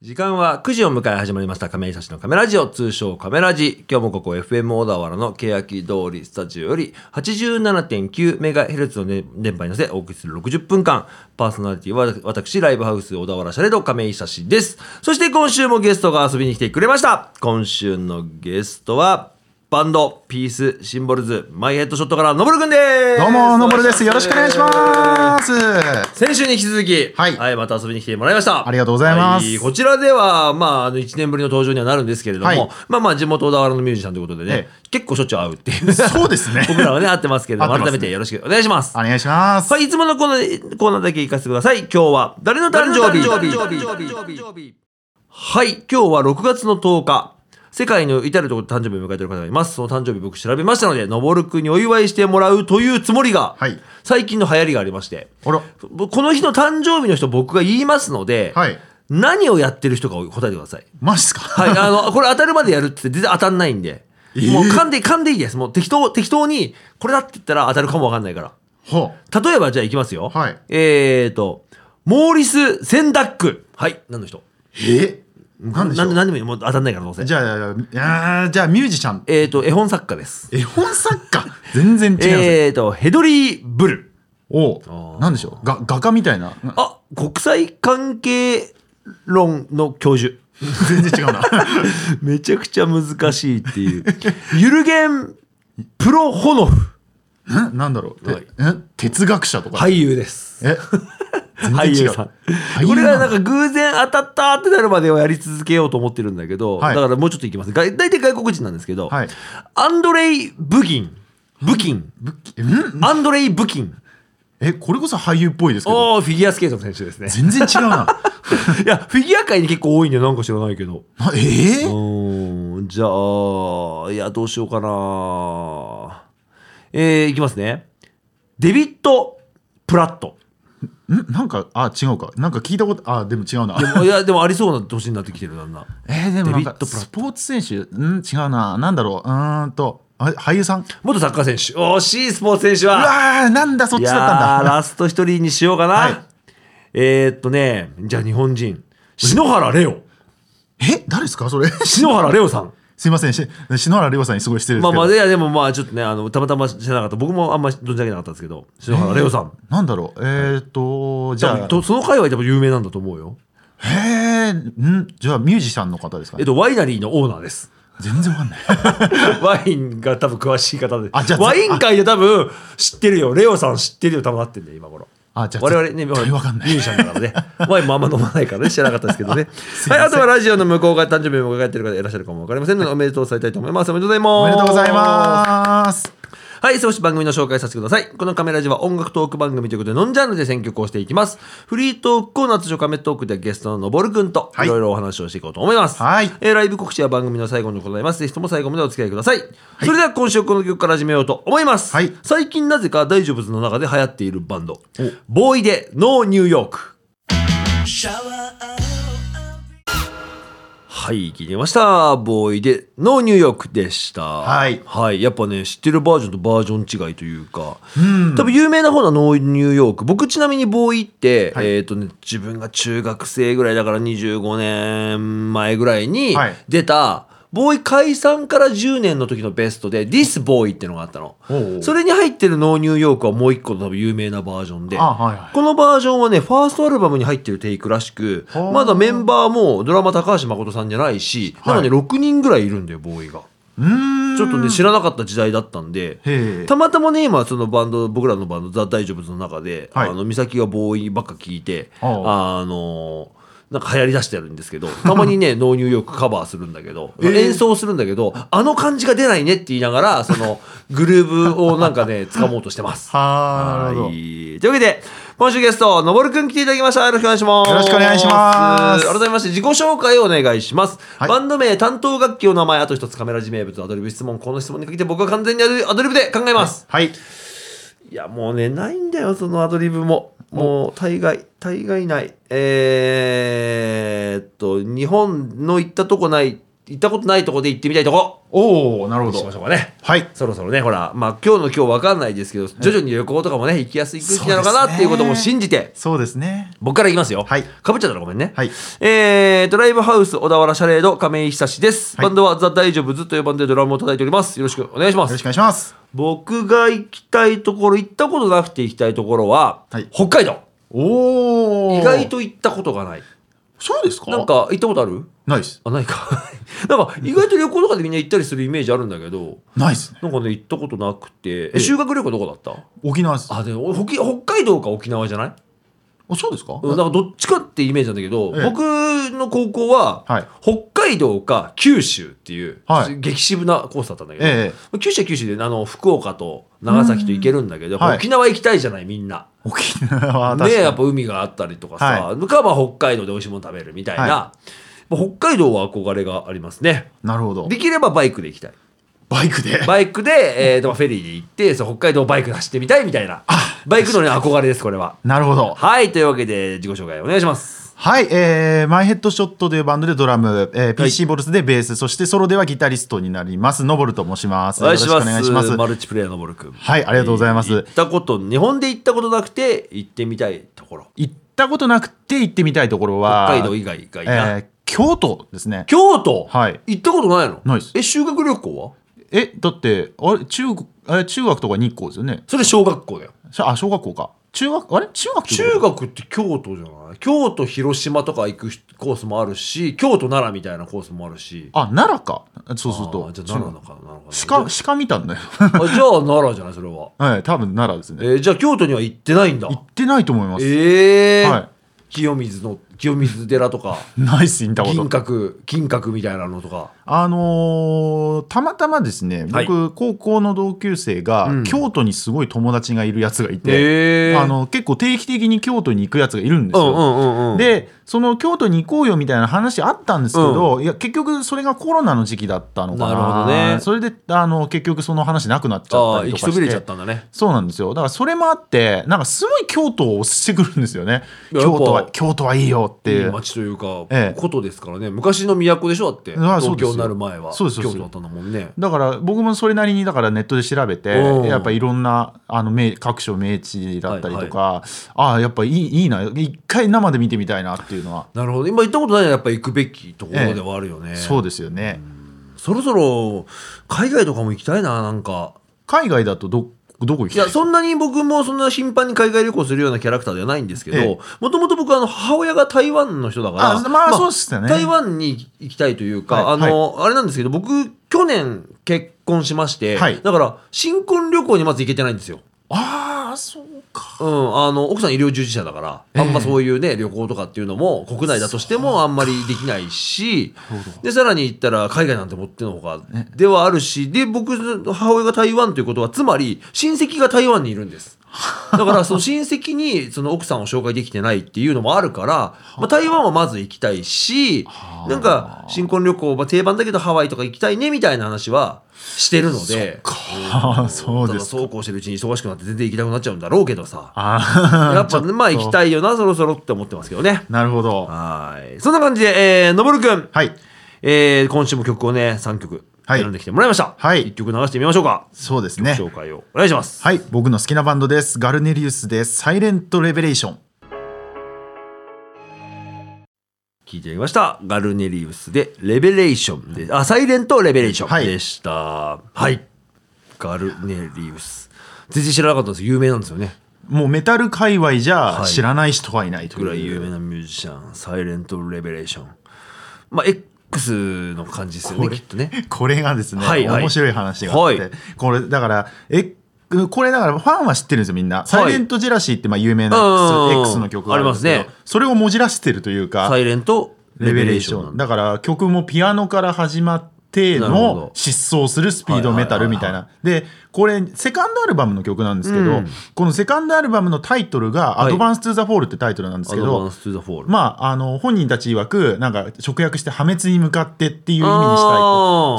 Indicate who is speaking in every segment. Speaker 1: 時間は9時を迎え始まりました亀井久志のカメラジオ通称カメラジ今日もここ FM 小田原の欅通りスタジオより 87.9MHz のね電波に乗せお送りする60分間パーソナリティは私ライブハウス小田原シャレド亀井久志ですそして今週もゲストが遊びに来てくれました今週のゲストはバンドピースシンボルズマイヘッドショットからのぼるくんです
Speaker 2: どうも、のぼるです。よろしくお願いします。
Speaker 1: 先週に引き続き、は、
Speaker 2: はいい
Speaker 1: また遊びに来てもらいました。
Speaker 2: ありがとうございます
Speaker 1: はこちらでは、まあ、あの、1年ぶりの登場にはなるんですけれども、
Speaker 2: はい
Speaker 1: まあまあ、地元小田原のミュージシャンということでね、
Speaker 2: え
Speaker 1: 結構しょっちゅう会うっていう。
Speaker 2: そうですね
Speaker 1: 僕らはね、会ってますけれども、
Speaker 2: 会ってま
Speaker 1: 改
Speaker 2: すね
Speaker 1: めてよろしくお願いします。
Speaker 2: お願いします。
Speaker 1: はい、いつものコーナーコーナーだけ行かせてください。今日は誰の誕生日はい、今日は6月の10日。世界の至るところで誕生日を迎えている方がいます。その誕生日僕調べましたので、のぼるくんにお祝いしてもらうというつもりが、
Speaker 2: はい
Speaker 1: 最近の流行りがありまして、
Speaker 2: あら、
Speaker 1: この日の誕生日の人僕が言いますので、
Speaker 2: はい
Speaker 1: 何をやってる人かを答えてください。
Speaker 2: マジっすか
Speaker 1: はい、あ の、これ当たるまでやるって全然当たんないんで、もう噛んで、噛んでいいです。もう適当、適当に、これだって言ったら当たるかもわかんないから。
Speaker 2: ほ
Speaker 1: 例えばじゃあいきますよ。
Speaker 2: はい
Speaker 1: えーと、モーリス・センダック。はい、何の人
Speaker 2: う。えなんでしょ
Speaker 1: 何
Speaker 2: う
Speaker 1: 何でもいいもう当たんないからどうせ。
Speaker 2: じゃあ、いやーじゃあ、ミュージシャン。
Speaker 1: えーと、絵本作家です。
Speaker 2: 絵本作家全然違うんですよ。
Speaker 1: えーと、ヘドリー・ブル。
Speaker 2: おうなんでしょうが画家みたいな。
Speaker 1: あ、国際関係論の教授。
Speaker 2: 全然 違うな。
Speaker 1: めちゃくちゃ難しいっていう。ゆるゲンプロホノフ
Speaker 2: んなんだろう
Speaker 1: はい
Speaker 2: てん哲学者とか。
Speaker 1: 俳優です。
Speaker 2: え
Speaker 1: 俳
Speaker 2: 全然違
Speaker 1: 優
Speaker 2: う
Speaker 1: さん。
Speaker 2: 俳優
Speaker 1: これ
Speaker 2: な
Speaker 1: は
Speaker 2: ん
Speaker 1: な
Speaker 2: だ
Speaker 1: んか偶然当たったってなるまではやり続けようと思ってるんだけど、
Speaker 2: はい
Speaker 1: だからもうちょっといきます。が大体外国人なんですけど、
Speaker 2: はい
Speaker 1: アンドレイ・ブギン。ブキン。
Speaker 2: ん
Speaker 1: アンドレイ・ブキン。
Speaker 2: え、これこそ俳優っぽいですけど。
Speaker 1: おおフィギュアスケートの選手ですね。
Speaker 2: 全然違うな。
Speaker 1: いや、フィギュア界に結構多いんだよ。なんか知らないけど。
Speaker 2: な
Speaker 1: う
Speaker 2: えー
Speaker 1: ーん、じゃあ、いや、どうしようかな。えー、いきますね。デビッド・プラット。
Speaker 2: んなんか、あ、違うか。なんか聞いたこと、あ、でも違うな。
Speaker 1: でも、い や、でもありそうな年になってきてる、旦那。
Speaker 2: えー、でもなん
Speaker 1: デビッ
Speaker 2: か
Speaker 1: ドプラット
Speaker 2: スポーツ選手うん違うななんだろううーんとあ俳優さんう
Speaker 1: 元サッカー選手。惜しいスポーツ選手は。
Speaker 2: わーなんだそっ
Speaker 1: い
Speaker 2: ちだ
Speaker 1: や
Speaker 2: った
Speaker 1: ー
Speaker 2: んだ
Speaker 1: ラスト一人にしようかな。
Speaker 2: はい
Speaker 1: えー、っとね、じゃあ日本人。篠原レオ。
Speaker 2: え誰ですかそれ
Speaker 1: 篠原レオさん。
Speaker 2: すいませんし篠原涼さんにすごい失礼です
Speaker 1: まあ
Speaker 2: けど、
Speaker 1: まあ、いや、でもまあ、ちょっとね、あの、たまたま知らなかった。僕もあんま存じ上げなかったんですけど、篠原レオさん。
Speaker 2: なんだろうえー、っとじゃ
Speaker 1: 多分
Speaker 2: あ
Speaker 1: とその界隈でも有名なんだと思うよ。
Speaker 2: へえんじゃあミュージシャンの方ですか
Speaker 1: えっ
Speaker 2: ね
Speaker 1: と、ワイナリーのオーナーです。
Speaker 2: 全然わか んない
Speaker 1: ワインが多分詳しい方で
Speaker 2: あじゃ。あ
Speaker 1: ワイン界で多分知ってるよ。レオさん知ってるよ。多分合ってんだよ、今頃。
Speaker 2: あじゃあ
Speaker 1: 我々ね、
Speaker 2: 絶対わかんない
Speaker 1: ミュージシャンだ からね。ワインもあんま飲まないからね、知らなかったですけどね。
Speaker 2: ま
Speaker 1: はい、
Speaker 2: せん
Speaker 1: あとはラジオの向こう側、誕生日を迎えてる方いらっしゃるかもわかりませんので、おめでとうされたいと思います。おめでとうござい
Speaker 2: お
Speaker 1: ます。
Speaker 2: めでとうございます
Speaker 1: はい、そして番組の紹介させてください。このカメラジは音楽トーク番組ということで、ノンジャンルで選曲をしていきます。フリートークコーナーと初カメトークではゲストののぼるくんと、
Speaker 2: はい
Speaker 1: いろいろお話をしていこうと思います。
Speaker 2: はい
Speaker 1: えーライブ告知は番組の最後に行います。ぜひとも最後までお付き合いください。それでは今週この曲から始めようと思います。
Speaker 2: はい
Speaker 1: 最近なぜか大丈夫ズの中で流行っているバンド、ボーイでノーニューヨーク。はい、聞いてました。ボーイで、ノーニューヨークでした。
Speaker 2: はい
Speaker 1: はい。やっぱね、知ってるバージョンとバージョン違いというか、多分有名な方のノーニューヨーク。僕ちなみにボーイって、
Speaker 2: はい
Speaker 1: えっ、とね、自分が中学生ぐらいだから25年前ぐらいに
Speaker 2: はい
Speaker 1: 出た、ボーイ解散から10年の時のベストで、This Boy ってのがあったの。
Speaker 2: おうおう
Speaker 1: それに入ってるノーニューヨークはもう一個の多分有名なバージョンで、
Speaker 2: あはいはい
Speaker 1: このバージョンはね、ファーストアルバムに入ってるテイクらしく
Speaker 2: は、あ
Speaker 1: まだメンバーもドラマ高橋誠さんじゃないし、ま
Speaker 2: はい
Speaker 1: だね、6人ぐらいいるんだよ、ボーイが。
Speaker 2: うーん
Speaker 1: ちょっとね、知らなかった時代だったんで、
Speaker 2: へえ
Speaker 1: たまたまね、今、そのバンド、僕らのバンド、ザ・大丈夫の中で、
Speaker 2: はい
Speaker 1: あの、美咲がボーイばっか聞いて、
Speaker 2: あ
Speaker 1: あのなんか流行り出してるんですけ ど、たまにね、ノーニューヨークカバーするんだけど、
Speaker 2: えー
Speaker 1: 演奏するんだけど、あの感じが出ないねって言いながら、その、グルーブをなんかね、掴もうとしてます。
Speaker 2: はーなるほ
Speaker 1: は
Speaker 2: ど
Speaker 1: い。というわけで、今週ゲスト、のぼるくん来ていただきました。よろしくお願いします。
Speaker 2: よろしくお願いします
Speaker 1: 改めまして、自己紹介をお願いします。
Speaker 2: はい
Speaker 1: バンド名、担当楽器の名前、あと一つカメラ字名物、アドリブ質問、この質問にかけて僕は完全にアドリアドリブで考えます。
Speaker 2: はい
Speaker 1: い、や、もうね、ないんだよ、そのアドリブも。もう、大概、大概ない。えーっと、日本の行ったとこない行ったことないとこで行ってみたいとこ
Speaker 2: おおなるほ
Speaker 1: しま
Speaker 2: ど
Speaker 1: しょうかね
Speaker 2: はい
Speaker 1: そろそろねほらまあ今日の今日わかんないですけど徐々に旅行とかもね行きやすい空気なのか
Speaker 2: そう
Speaker 1: な
Speaker 2: ですね
Speaker 1: っていうことも信じて
Speaker 2: そうですね
Speaker 1: 僕からいきますよ、
Speaker 2: はい
Speaker 1: かぶっちゃったらごめんね、
Speaker 2: はい
Speaker 1: えー、ドライブハウス小田原シャレード亀井久志です、
Speaker 2: はい
Speaker 1: バンドはザ・大丈夫ずっと4番でドラムを叩いておりますよろしくお願いしま
Speaker 2: よろ
Speaker 1: す
Speaker 2: しくお願いします
Speaker 1: 僕が行きたいところ行ったことなくて行きたいところは、
Speaker 2: はい
Speaker 1: 北海道
Speaker 2: おお
Speaker 1: 意外と行ったことがない
Speaker 2: そうですか
Speaker 1: なんか行ったことある
Speaker 2: ないです
Speaker 1: あないか なんか意外と旅行とかでみんな行ったりするイメージあるんだけど
Speaker 2: ないですね
Speaker 1: なんかね行ったことなくてえ修学旅行どこだった
Speaker 2: 沖縄ですあ
Speaker 1: あでも北北海道か沖縄じゃない
Speaker 2: そうですか
Speaker 1: うんなんかどっちかってイメージなんだけど、
Speaker 2: ええ
Speaker 1: 僕の高校は、
Speaker 2: はい
Speaker 1: 北海道か九州っていう、
Speaker 2: はい
Speaker 1: 激渋なコースだったんだけど、
Speaker 2: え
Speaker 1: 九州は九州であの福岡と長崎と行けるんだけど、
Speaker 2: うんはい
Speaker 1: 沖縄行きたいじゃないみんな。
Speaker 2: え沖縄は
Speaker 1: ね
Speaker 2: 確か
Speaker 1: やっ
Speaker 2: に
Speaker 1: ぱ海があったりとかさ、
Speaker 2: は
Speaker 1: かまあ北海道で美味しいもの食べるみたいな、
Speaker 2: は
Speaker 1: まあ北海道は憧れがありますね。
Speaker 2: なるほど
Speaker 1: できればバイクで行きたい。
Speaker 2: バイクで
Speaker 1: バイクで、えーとまあフェリーで行ってそう北海道バイクで走ってみたいみたいなバイクの、ね、憧れですこれは。
Speaker 2: なるほど
Speaker 1: はいというわけで自己紹介お願いします。
Speaker 2: はい、えーマイヘッドショットというバンドでドラム、えー、PC ボルスでベース、そしてソロではギタリストになります、ノボルと申します。
Speaker 1: お願いします。
Speaker 2: よろくお願いします。
Speaker 1: マルチプレイヤーのボル君。
Speaker 2: はい、ありがとうございます
Speaker 1: 行っ。たこと、日本で行ったことなくて、行ってみたいところ。
Speaker 2: 行ったことなくて行ってみたいところ
Speaker 1: 北
Speaker 2: は、
Speaker 1: 海道以外がいいな。
Speaker 2: えー京都ですね。
Speaker 1: 京都、
Speaker 2: はい
Speaker 1: 行ったことないの
Speaker 2: ないです
Speaker 1: え、修学旅行は
Speaker 2: え、だって、あれ、中国、あれ、中学とか日光ですよね。
Speaker 1: それ小学校だよ。
Speaker 2: しあ、小学校か。中学、あれ中学ってこと
Speaker 1: 中学って京都じゃない京都、広島とか行くコースもあるし、京都、奈良みたいなコースもあるし。
Speaker 2: あ、奈良か。そうす
Speaker 1: あ
Speaker 2: ると。
Speaker 1: ーじゃあ奈良のかなのかな
Speaker 2: 鹿、鹿見たんだよ。
Speaker 1: あじゃあ奈良じゃない、それは。
Speaker 2: はい、多分奈良です
Speaker 1: え
Speaker 2: ね。
Speaker 1: ーじゃあ京都には行ってないんだ
Speaker 2: 行。ってないと思います。
Speaker 1: ええー
Speaker 2: は
Speaker 1: 清水の、清水寺 とか、
Speaker 2: ナイスインターこと
Speaker 1: 銀。閣、金閣みたいなのとか。
Speaker 2: あのーたまたまですね僕、
Speaker 1: はい
Speaker 2: 高校の同級生が、
Speaker 1: うん
Speaker 2: 京都にすごい友達がいるやつがいて、
Speaker 1: え
Speaker 2: あの結構定期的に京都に行くやつがいるんですよ。
Speaker 1: うんうんうんうん、
Speaker 2: でその京都に行こうよみたいな話あったんですけど、いや結局それがコロナの時期だったのかな
Speaker 1: なるほどね
Speaker 2: それであの結局その話なくなっちゃっ
Speaker 1: ああ
Speaker 2: たり
Speaker 1: 行
Speaker 2: と
Speaker 1: き
Speaker 2: かして
Speaker 1: そびれちゃったんだね
Speaker 2: そうなんですよだからそれもあってなんかすごい京都を推してくるんですよね
Speaker 1: いや
Speaker 2: 京都
Speaker 1: やっ
Speaker 2: は
Speaker 1: ぱ
Speaker 2: 京都はいいよって
Speaker 1: い
Speaker 2: い
Speaker 1: いう町というか、
Speaker 2: ええ
Speaker 1: 古都ですからね昔の都でしょだって
Speaker 2: ああ
Speaker 1: 東
Speaker 2: そうです
Speaker 1: 京
Speaker 2: よ
Speaker 1: になる前は
Speaker 2: そうですそうで
Speaker 1: 京都
Speaker 2: す
Speaker 1: だったんだもんね
Speaker 2: だから僕もそれなりにだからネットで調べて
Speaker 1: うん
Speaker 2: やっぱいろんなあの名各所名地だったりとか、ああやっぱいいいいな一回生で見てみたいなっていうのは、
Speaker 1: なるほど今行ったことないならやっぱ行くべきところではあるよね、
Speaker 2: そうですよね
Speaker 1: そろそろ海外とかも行きたいななんか
Speaker 2: 海外だとどどこ行き
Speaker 1: い
Speaker 2: たい
Speaker 1: やそんなに僕もそんな頻繁に海外旅行するようなキャラクターではないんですけ
Speaker 2: え
Speaker 1: ど
Speaker 2: え
Speaker 1: もともと僕あの母親が台湾の人だから
Speaker 2: あまあそうっすよね
Speaker 1: 台湾に行きたいというか、
Speaker 2: はい
Speaker 1: あの、あれなんですけど僕去年結婚しまして、
Speaker 2: はい
Speaker 1: だから新婚旅行にまず行けてないんですよ
Speaker 2: ああそうか
Speaker 1: うん、あの奥さん医療従事者だから、
Speaker 2: ええ
Speaker 1: あんまそういうね旅行とかっていうのも国内だとしてもあんまりできないし
Speaker 2: なるほど
Speaker 1: でさらに言ったら海外なんて持ってのほかではあるしで僕の母親が台湾ということはつまり親戚が台湾にいるん ですだからその親戚にその奥さんを紹介できてないっていうのもあるから、まあ、台湾はまず行きたいし
Speaker 2: はあ
Speaker 1: なんか新婚旅行、まあ、定番だけどハワイとか行きたいねみたいな話はしてるので。
Speaker 2: ああそう
Speaker 1: た
Speaker 2: で
Speaker 1: だ
Speaker 2: す
Speaker 1: そうこうしてるうちに忙しくなって全然行きたくなっちゃうんだろうけどさ
Speaker 2: あ
Speaker 1: やっぱねまあ行きたいよなそろそろって思ってますけどね
Speaker 2: あ なるほど
Speaker 1: はーいそんな感じで、えー、のぼるくん、
Speaker 2: はい
Speaker 1: えー今週も曲をね3曲
Speaker 2: はい
Speaker 1: 選んできてもらいました、
Speaker 2: はい
Speaker 1: 1曲流してみましょうか、
Speaker 2: そうですね
Speaker 1: 紹介をお願いします、
Speaker 2: はい僕の好きなバンドですガルネリウスで「サイレント・レベレーション
Speaker 1: 聞いてみましたガルネリウスで「レベレーションで」あサイレントレベレーショ
Speaker 2: は
Speaker 1: ン
Speaker 2: い
Speaker 1: でしたはい、ガルネリウス全然知らなかったんです有名なんですよね」
Speaker 2: もうメタル界隈じゃ
Speaker 1: はい
Speaker 2: 知らない人はいないという、
Speaker 1: ぐらい有名なミュージシャンサイレントレベレーションまあ X の感じですよね
Speaker 2: これ
Speaker 1: きっとね
Speaker 2: これがですね、
Speaker 1: はいはい
Speaker 2: 面白い話があって、
Speaker 1: はい
Speaker 2: これだからえこれだからファンは知ってるんですよみんな「サイレント・ジェラシー」ってまあ有名な
Speaker 1: うん
Speaker 2: X, X の曲があるんですけ
Speaker 1: あ
Speaker 2: ど
Speaker 1: りますね
Speaker 2: それをもじらせてるという
Speaker 1: サ
Speaker 2: か
Speaker 1: イレントレ
Speaker 2: レ
Speaker 1: ベ
Speaker 2: ベ
Speaker 1: レ
Speaker 2: レ
Speaker 1: ー
Speaker 2: ー
Speaker 1: シ
Speaker 2: シ
Speaker 1: ョ
Speaker 2: ョ
Speaker 1: ン
Speaker 2: ンだから曲もピアノから始まって
Speaker 1: なるほど
Speaker 2: の疾走するスピードメタルみたい
Speaker 1: は
Speaker 2: なでこれセカンドアルバムの曲なんですけど、
Speaker 1: うん
Speaker 2: このセカンドアルバムのタイトルが「
Speaker 1: はい
Speaker 2: Advance to the Fall」ってタイトルなんです
Speaker 1: ア
Speaker 2: け
Speaker 1: ド
Speaker 2: ど、
Speaker 1: バンス・トゥ・ザ・フォール。
Speaker 2: まあ、あの本人たち曰くなんか直訳して破滅に向かってっていう意味にしたい
Speaker 1: あー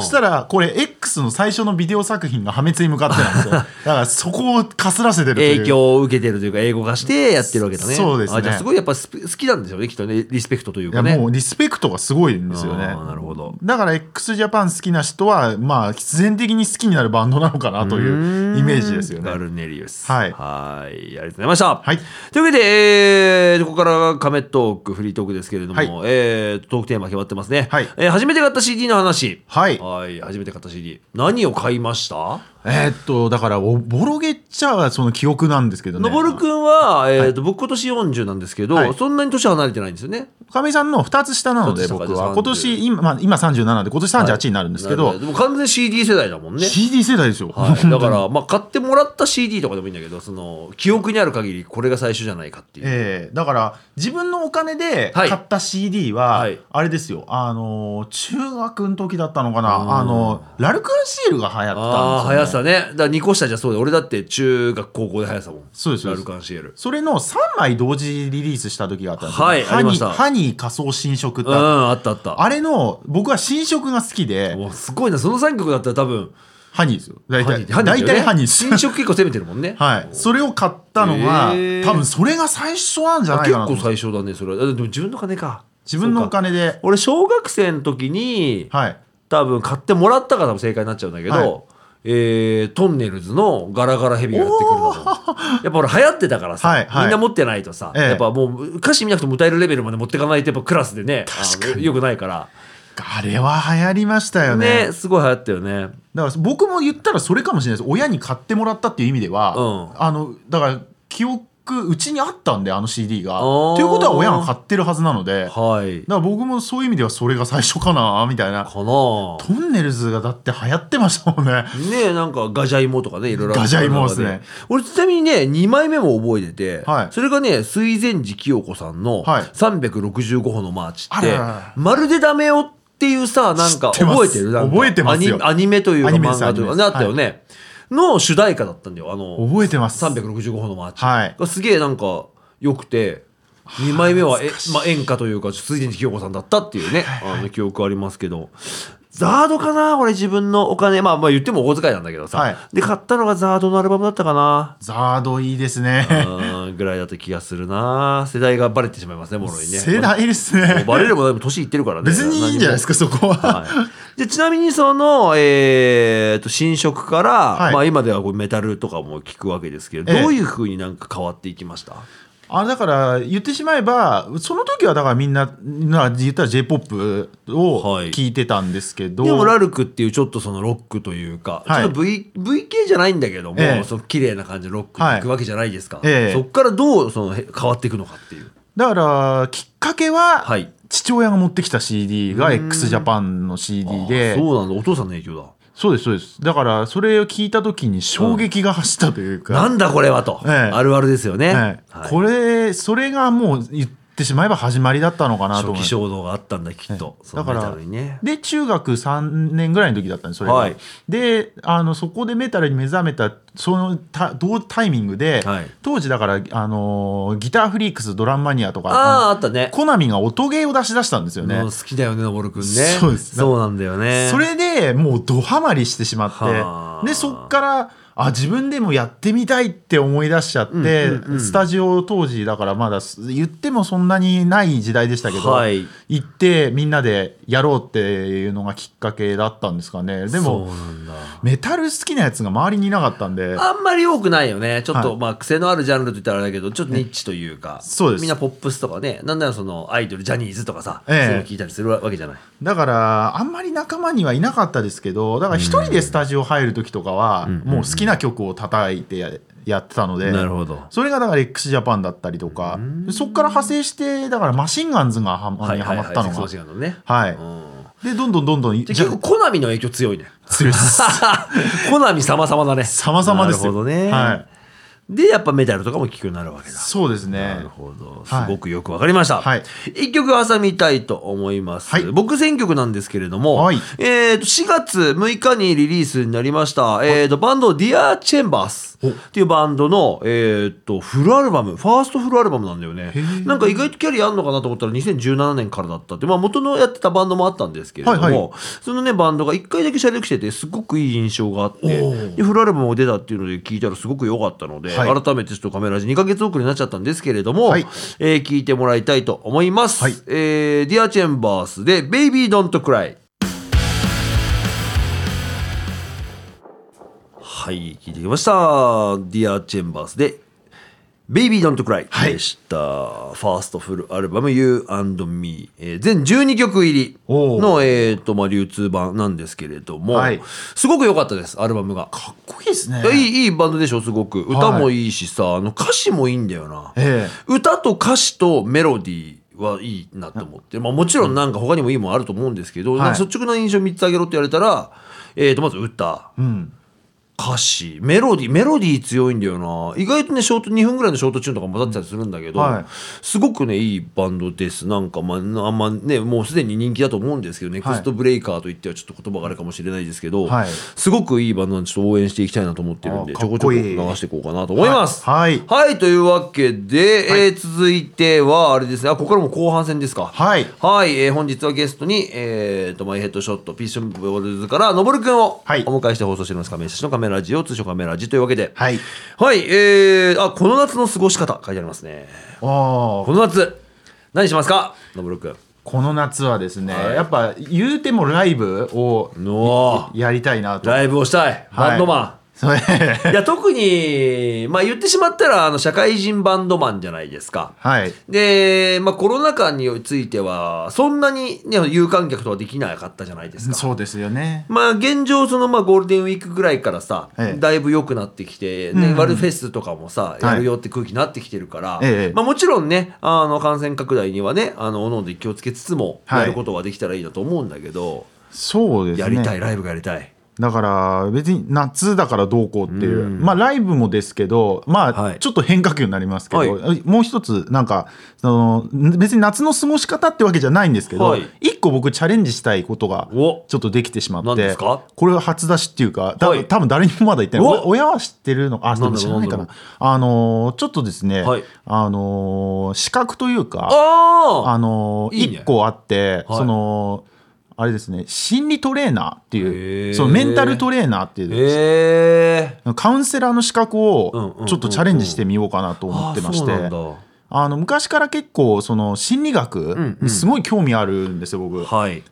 Speaker 2: とそしたらこれ X の最初のビデオ作品が破滅に向かってなんです よだからそこをかすらせてるという
Speaker 1: 影響を受けてるというか英語化してやってるわけだね
Speaker 2: そうですね
Speaker 1: あじゃあすごいやっぱスピ好きなんですよねきっとねリスペクトという
Speaker 2: いや
Speaker 1: かね
Speaker 2: もうリスペクトがすごいんですよね
Speaker 1: あーなるほど
Speaker 2: だから x ジャパン好きな人はまあ必然的に好きになるバンドなのかなというイメージですよね
Speaker 1: ガルネリウス
Speaker 2: はい
Speaker 1: はいありがとうございました、
Speaker 2: はい
Speaker 1: というわけで、えーここからはカメトークフリートークですけれども、
Speaker 2: はい
Speaker 1: えートークテーマ決まってますね、
Speaker 2: はい
Speaker 1: えー初めて買った CD の話
Speaker 2: はい
Speaker 1: はい初めて買った CD 何を買いました
Speaker 2: えーっとだからおぼろげっちゃはその記憶なんですけどね
Speaker 1: のぼるくんは、えーと僕今年40なんですけど、
Speaker 2: はい
Speaker 1: そんなに年離れてないんですよね
Speaker 2: かみさんの2つ下なので
Speaker 1: 二つ下か
Speaker 2: 僕は
Speaker 1: 30
Speaker 2: 今年今,、まあ、今37で今年38になるんですけど、
Speaker 1: なるほでも完全 CD 世代だもんね
Speaker 2: CD 世代ですよ、
Speaker 1: はい、だから、まあ、買ってもらった CD とかでもいいんだけどその記憶にある限りこれが最初じゃないかっていう、
Speaker 2: ええだから自分のお金で
Speaker 1: は
Speaker 2: 買
Speaker 1: い
Speaker 2: った CD は、
Speaker 1: はい
Speaker 2: あれですよあのー中学の時だったのかな、
Speaker 1: うん
Speaker 2: あのラルクアンシエルが流行
Speaker 1: ああ
Speaker 2: ったん
Speaker 1: 速
Speaker 2: ですよ、ね、
Speaker 1: さねだから2個下じゃそうで俺だって中学高校で速さもん
Speaker 2: そうですそう
Speaker 1: ラ
Speaker 2: です
Speaker 1: ルカンシエル
Speaker 2: それの3枚同時リリースした時があったんですよ、
Speaker 1: はいあ
Speaker 2: ハ
Speaker 1: りま
Speaker 2: ニ
Speaker 1: した
Speaker 2: ーハニー仮想新色っ
Speaker 1: う
Speaker 2: て
Speaker 1: ん
Speaker 2: あった
Speaker 1: あったあった
Speaker 2: あれの僕は新色が好きで
Speaker 1: もうすごいなその3曲だったら多分
Speaker 2: ハニーですよ大
Speaker 1: ハ
Speaker 2: 体
Speaker 1: ニーだよ
Speaker 2: 大
Speaker 1: ね
Speaker 2: 体ハニーです
Speaker 1: 新色結構攻めてるもんね
Speaker 2: はいそれを買ったのが、
Speaker 1: へー
Speaker 2: 多分それが最初なんじゃ
Speaker 1: あ
Speaker 2: ない
Speaker 1: 結
Speaker 2: かなと
Speaker 1: 構最初だねそれはあでも自分の金か
Speaker 2: 自分のお
Speaker 1: そうか
Speaker 2: 金で
Speaker 1: 俺小学生の時に、
Speaker 2: はい
Speaker 1: 多分買ってもらったから正解になっちゃうんだけど、
Speaker 2: はい
Speaker 1: えートンネルズのガラガラヘビがやってくるのも やっぱ俺流行ってたからさ、
Speaker 2: はいはい
Speaker 1: みんな持ってないとさ、
Speaker 2: ええ
Speaker 1: やっぱもう歌詞見なくても歌えるレベルまで持ってかないとやっぱクラスでね
Speaker 2: 確かに
Speaker 1: よくないから
Speaker 2: あれは流行りましたよね
Speaker 1: ねすごい流行ったよね
Speaker 2: だから僕も言ったらそれかもしれないです親に買ってもらったっていう意味では、
Speaker 1: うん
Speaker 2: あのだから記憶うちにあったんであの CD が。
Speaker 1: あー
Speaker 2: ということは親が買ってるはずなのでだか
Speaker 1: はい
Speaker 2: ら僕もそういう意味ではそれが最初かなみたいな
Speaker 1: かな
Speaker 2: トンネルズがだって流行ってましたもんね。
Speaker 1: ねえなんかガジャイモとかねいろいろある
Speaker 2: ガジャイモですね
Speaker 1: 俺ちなみにね2枚目も覚えてて、
Speaker 2: はい
Speaker 1: それがね水前寺清子さんの「
Speaker 2: はい
Speaker 1: 365歩のマーチ」っ
Speaker 2: あ
Speaker 1: て、
Speaker 2: ららら
Speaker 1: まるでダメよっていうさなんか
Speaker 2: 知ってま
Speaker 1: 覚
Speaker 2: す
Speaker 1: えてるなんか
Speaker 2: 覚えてますよ
Speaker 1: アニアニメというか
Speaker 2: アニメで
Speaker 1: 漫
Speaker 2: す
Speaker 1: 画という
Speaker 2: ア
Speaker 1: か
Speaker 2: ニメです
Speaker 1: ねあったよね、の主題歌だったんだよあの
Speaker 2: 覚えてます。
Speaker 1: 365歩のマーチ、
Speaker 2: はい
Speaker 1: がすげえなんか良くて2枚目はえ、まあ、演歌というか水前寺清子さんだったっていうねあの記憶ありますけどザードかな俺自分のお金まあまあ言ってもお小遣いなんだけどさ、
Speaker 2: はい
Speaker 1: で買ったのがザードのアルバムだったかな
Speaker 2: ザードいいですね。
Speaker 1: うんぐらいだった気がするな世代がバレてしまいますねもろにね
Speaker 2: 世代です
Speaker 1: もう
Speaker 2: ね。
Speaker 1: バレるもでも年いってるからね
Speaker 2: 別にいいんじゃないですかそこは。
Speaker 1: はい、 でちなみにその、えー、と新色から、
Speaker 2: はい
Speaker 1: まあ、今ではこうメタルとかも聞くわけですけど、
Speaker 2: ええ
Speaker 1: どういうふうになんか変わっていきました
Speaker 2: あれだから言ってしまえばその時はだからみんなな言ったら j p o p を
Speaker 1: はい
Speaker 2: 聞いてたんですけど、
Speaker 1: でもラルクっていうちょっとそのロックというか、
Speaker 2: はい
Speaker 1: ちょっと v VK じゃないんだけども、
Speaker 2: ええ
Speaker 1: その綺麗な感じのロックに行くわけじゃないですか、
Speaker 2: はいええ
Speaker 1: そこからどうそのへ変わっていくのかっていう
Speaker 2: だからきっかけは、
Speaker 1: はい
Speaker 2: 父親が持ってきた CD が x ジャパンの CD
Speaker 1: あ
Speaker 2: で
Speaker 1: あそうなんだお父さんの影響
Speaker 2: そうですそうですだからそれを聞いた時に衝撃が走ったという
Speaker 1: だな
Speaker 2: か、
Speaker 1: んだこれはと、
Speaker 2: ええ
Speaker 1: あるあるですよね、
Speaker 2: はい
Speaker 1: はい
Speaker 2: これそれがもう言ってしまえば始まりだったのかなと思
Speaker 1: 初
Speaker 2: いま
Speaker 1: 期
Speaker 2: す
Speaker 1: 衝動があったんだきっと、その
Speaker 2: だから
Speaker 1: メタルにね
Speaker 2: で中学3年ぐらいの時だったんですそれが、
Speaker 1: はい
Speaker 2: であのそこでメタルに目覚めたそのた同タイミングで、
Speaker 1: はい
Speaker 2: 当時だからあのーギターフリークスドラムマニアとか
Speaker 1: ああ
Speaker 2: あ
Speaker 1: あったね
Speaker 2: のコナミが音ゲーを出し出したんですよね
Speaker 1: もう好きだよねのぼるくんね
Speaker 2: そうです
Speaker 1: そうなんだよね
Speaker 2: それでもうドハマりしてしま
Speaker 1: は
Speaker 2: っ
Speaker 1: あ
Speaker 2: てでそっからあ自分でもやってみたいって思い出しちゃって、スタジオ当時だからまだす言ってもそんなにない時代でしたけど、
Speaker 1: はい
Speaker 2: 行ってみんなでやろうっていうのがきっかけだったんですかねで
Speaker 1: そうな
Speaker 2: も
Speaker 1: んだ
Speaker 2: メタル好きなやつが周りにいなかったんで
Speaker 1: あんまり多くないよね。ちょっと、
Speaker 2: はい
Speaker 1: まあ癖のあるジャンルと言ったらあれだけど、ちょっとニッチというか、
Speaker 2: そうです
Speaker 1: みんなポップスとかね、なんならそのアイドル、ジャニーズとかさ、
Speaker 2: え
Speaker 1: そ
Speaker 2: え
Speaker 1: ういうの聞いたりするわけじゃない。
Speaker 2: だからあんまり仲間にはいなかったですけどだから一人でスタジオ入る時とかはもう好きな曲を叩いてややってたので。
Speaker 1: なるほど。
Speaker 2: それがだから x ジャパンだったりとかそこから派生してだからマシンガンズがはまにはまったの
Speaker 1: そ
Speaker 2: が
Speaker 1: う違うのね。
Speaker 2: はい
Speaker 1: うん
Speaker 2: でどんどんどんどん
Speaker 1: じゃあ結構コナミの影響 強いね。
Speaker 2: 強いです
Speaker 1: コナミ様々だね。
Speaker 2: 様々ですよ
Speaker 1: なるほどね。
Speaker 2: は
Speaker 1: でやっぱメタルとかも聴くようになるわけだ
Speaker 2: そうです
Speaker 1: な
Speaker 2: ね
Speaker 1: るほどす
Speaker 2: はい
Speaker 1: ごくよくわかりました、
Speaker 2: はい
Speaker 1: 一曲挟みたいと思います、
Speaker 2: はい
Speaker 1: 僕選曲なんですけれども、
Speaker 2: はい
Speaker 1: えーと4月6日にリリースになりました、えーとバンド「Dear Chambers」っていうバンドの、えーとフルアルバムファーストフルアルバムなんだよね
Speaker 2: ー
Speaker 1: なんか意外とキャリアあんのかなと思ったら2017年からだったって、まあ、元のやってたバンドもあったんですけれども、
Speaker 2: はいはい
Speaker 1: そのねバンドが1回だけシャレクしててすごくいい印象があって
Speaker 2: おー
Speaker 1: でフルアルバムも出たっていうので聞いたらすごく良かったので、
Speaker 2: はい
Speaker 1: 改めてちょっとカメラジ2ヶ月遅れになっちゃったんですけれども、
Speaker 2: はい
Speaker 1: えー聞いてもらいたいと思います。
Speaker 2: はい
Speaker 1: えー、Dear Chambers で Baby Don't Cry。はい、聞いてきました。Dear Chambers で Baby Don't Cry
Speaker 2: はい
Speaker 1: でした。ファーストフルアルバム You and Me、えー全12曲入り
Speaker 2: おー
Speaker 1: の、えーとまあ、流通版なんですけれども、
Speaker 2: はい
Speaker 1: すごく良かったです、アルバムが。
Speaker 2: かっこいいですね
Speaker 1: いやいいいいバンドでしょすごく歌もいいしさ、あの歌詞もいいんだよな、
Speaker 2: え
Speaker 1: 歌と歌詞とメロディーはいいなと思って、まあ、もちろんなんか他にもいいもんあると思うんですけど、
Speaker 2: はい
Speaker 1: なんか率直な印象3つあげろって言われたら、えー、とまず歌
Speaker 2: えうん
Speaker 1: 歌詞メロディーメロディー強いんだよな意外とねショート2分ぐらいのショートチューンとかもだってたりするんだけど、
Speaker 2: はい
Speaker 1: すごくねいいバンドですなんかまああんまねもうすでに人気だと思うんですけど、ネクストブレイカーといってはちょっと言葉があれかもしれないですけど、
Speaker 2: はい
Speaker 1: すごくいいバンドなんでちょっと応援していきたいなと思ってるんで
Speaker 2: あ
Speaker 1: ちょこち
Speaker 2: か
Speaker 1: ょこ
Speaker 2: っこ
Speaker 1: 流
Speaker 2: いい
Speaker 1: していこうかなと思います
Speaker 2: はいはい
Speaker 1: はい、というわけで、えー続いてはあれですねあここからも後半戦ですか
Speaker 2: はい
Speaker 1: はい、えー本日はゲストに、えー、とマイヘッドショットピッションボールズからのぼるくんをお
Speaker 2: はい
Speaker 1: 迎えして放送しております亀井氏のカメラジオ通称カメラジというわけでは
Speaker 2: はい
Speaker 1: はい、えー、あこの夏の過ごし方書いてありますね
Speaker 2: あ
Speaker 1: この夏何しますかのぼるくん
Speaker 2: この夏はですね、
Speaker 1: はい
Speaker 2: やっぱ言うてもライブを
Speaker 1: の
Speaker 2: やりたいなと、
Speaker 1: ライブをしたいバンドマン、
Speaker 2: それ
Speaker 1: い、や特にまあ言ってしまったらあの社会人バンドマンじゃないですか
Speaker 2: はい
Speaker 1: で、まあ、コロナ禍についてはそんなに、ね、有観客とはできなかったじゃないですか
Speaker 2: そうですよね
Speaker 1: まあ現状そのまあゴールデンウィークぐらいからさ、
Speaker 2: ええ
Speaker 1: だいぶ良くなってきて、ね
Speaker 2: うん
Speaker 1: ワルフェスとかもさ
Speaker 2: い
Speaker 1: やるよって空気になってきてるから、
Speaker 2: ええ
Speaker 1: まあ、もちろんねあの感染拡大にはねあのおのおので気をつけつつも
Speaker 2: はい
Speaker 1: やることはできたらいいなと思うんだけど、
Speaker 2: そうですね
Speaker 1: やりたいライブがやりたい。
Speaker 2: だから別に夏だからどうこうっていう、まあライブもですけどま
Speaker 1: は
Speaker 2: あ
Speaker 1: い
Speaker 2: ちょっと変化球になりますけど、
Speaker 1: は
Speaker 2: もう一つなんかその別に夏の過ごし方ってわけじゃないんですけど、
Speaker 1: はい
Speaker 2: 一個僕チャレンジしたいことが
Speaker 1: お
Speaker 2: ちょっとできてしま
Speaker 1: 何
Speaker 2: っ
Speaker 1: で
Speaker 2: て
Speaker 1: すか
Speaker 2: これは初出しっていうか多
Speaker 1: は
Speaker 2: 分
Speaker 1: い
Speaker 2: 多分誰にもまだ言ってない
Speaker 1: お
Speaker 2: お親は知ってるのあで
Speaker 1: なんだろ
Speaker 2: も
Speaker 1: う
Speaker 2: 知らないか
Speaker 1: なん
Speaker 2: な
Speaker 1: だ
Speaker 2: あのーちょっとですね、
Speaker 1: はい
Speaker 2: あのー資格というか
Speaker 1: あ
Speaker 2: あの
Speaker 1: いいね
Speaker 2: 1個あって、
Speaker 1: はい
Speaker 2: そのあれですね心理トレーナーって
Speaker 1: へ
Speaker 2: い
Speaker 1: ー
Speaker 2: うそのメンタルトレーナーっていう
Speaker 1: ー
Speaker 2: ですね
Speaker 1: へえ
Speaker 2: カウンセラーの資格
Speaker 1: うんうんうんう
Speaker 2: を
Speaker 1: ん
Speaker 2: ちょっとチャレンジしてみようかなと思
Speaker 1: あ
Speaker 2: って
Speaker 1: ー
Speaker 2: ま
Speaker 1: そ
Speaker 2: し
Speaker 1: う
Speaker 2: て、
Speaker 1: なんだは
Speaker 2: あの昔から結構その心理
Speaker 1: ん
Speaker 2: 学
Speaker 1: うん
Speaker 2: すごい興味あるんですよ僕。
Speaker 1: い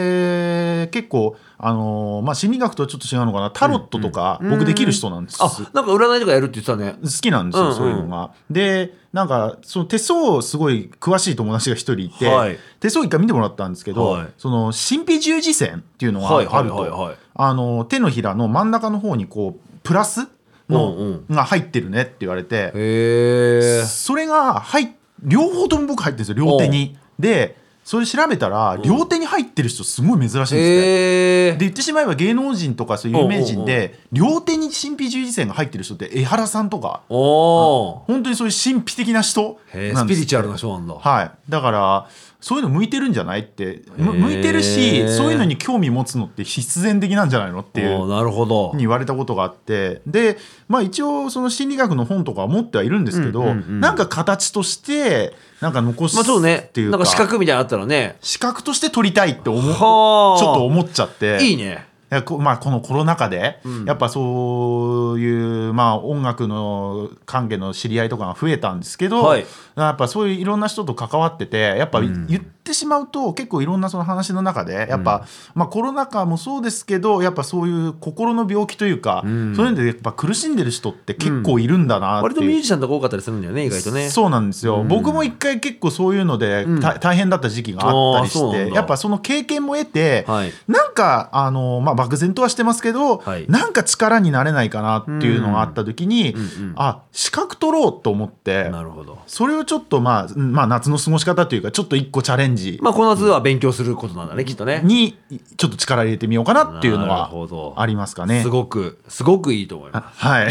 Speaker 2: で結構、あのーまあ、心理学とはちょっと違うのかなタロットとか僕できる人なんです、
Speaker 1: あなんか占いとかやるって言ってたね
Speaker 2: 好きなんですよ、
Speaker 1: うんうん
Speaker 2: そういうのが。でなんかその手相すごい詳しい友達が一人いて、
Speaker 1: はい
Speaker 2: 手相一回見てもらったんですけど、
Speaker 1: はい
Speaker 2: その神秘十字線っていうの
Speaker 1: はい
Speaker 2: が
Speaker 1: は
Speaker 2: あ
Speaker 1: い
Speaker 2: ると、
Speaker 1: はいはい
Speaker 2: あの手のひらの真ん中の方にこうプラスの、
Speaker 1: うん
Speaker 2: が入ってるねって言われて、
Speaker 1: へえ
Speaker 2: それが入っ両方とも僕入ってるんですよ両手に。でそれ調べたら両手に入ってる人すごい珍しいんですね。
Speaker 1: へえ
Speaker 2: で言ってしまえば芸能人とかそういう有名人で両手に神秘十字線が入ってる人って江原さんとか
Speaker 1: おお
Speaker 2: 本当にそういう神秘的な人
Speaker 1: へえ
Speaker 2: な
Speaker 1: ス
Speaker 2: んで
Speaker 1: ピ
Speaker 2: す
Speaker 1: リチュアルな人なんだ
Speaker 2: はいだからそういうの向いてるんじゃないってむ向いてる
Speaker 1: へー
Speaker 2: しそういうのに興味持つのって必然的なんじゃないのってい
Speaker 1: おー
Speaker 2: う
Speaker 1: なるほど
Speaker 2: に言われたことがあってでまあ一応その心理学の本とかは持ってはいるんですけど、
Speaker 1: うんうんうん
Speaker 2: なんか形としてなんか残す
Speaker 1: まあそうね
Speaker 2: っていう
Speaker 1: な
Speaker 2: か,、
Speaker 1: んか資格みたいなのあったらね
Speaker 2: 資格として取りたいって思うち
Speaker 1: は
Speaker 2: ょ
Speaker 1: あ
Speaker 2: っと思っちゃって
Speaker 1: いいね
Speaker 2: いやこまあ、このコロナ禍で、やっぱそういう、まあ、音楽の関係の知り合いとかが増えたんですけど、
Speaker 1: はい
Speaker 2: やっぱそういういろんな人と関わっててやっぱ言ってしまうと、結構いろんなその話の中でやっぱ、まあ、コロナ禍もそうですけどやっぱそういう心の病気というか、そういうのでやっぱ苦しんでる人って結構いるんだなっ
Speaker 1: 割
Speaker 2: て
Speaker 1: と
Speaker 2: いう。
Speaker 1: ミュージシャンとか多かったりするんだよね意外とね
Speaker 2: そうなんですよ、僕も一回結構そういうので、た大変だった時期があったり
Speaker 1: あーそ
Speaker 2: し
Speaker 1: うなん
Speaker 2: て
Speaker 1: だ
Speaker 2: やっぱその経験も得て、
Speaker 1: はい
Speaker 2: なんかあの、まあ、漠然とはしてますけど、
Speaker 1: はい
Speaker 2: なんか力になれないかなっていうのがあった時に、
Speaker 1: んうん
Speaker 2: あ資格取ろうと思って
Speaker 1: なるほど
Speaker 2: それをちょっと、まあうんまあ、夏の過ごし方というかちょっと一個チャレンジ
Speaker 1: まあこの夏は勉強することなんだねきっとね
Speaker 2: にちょっと力入れてみようかなっていうの
Speaker 1: なる
Speaker 2: は
Speaker 1: ほど
Speaker 2: ありますかね
Speaker 1: す。ごくすごくいいと思います
Speaker 2: はい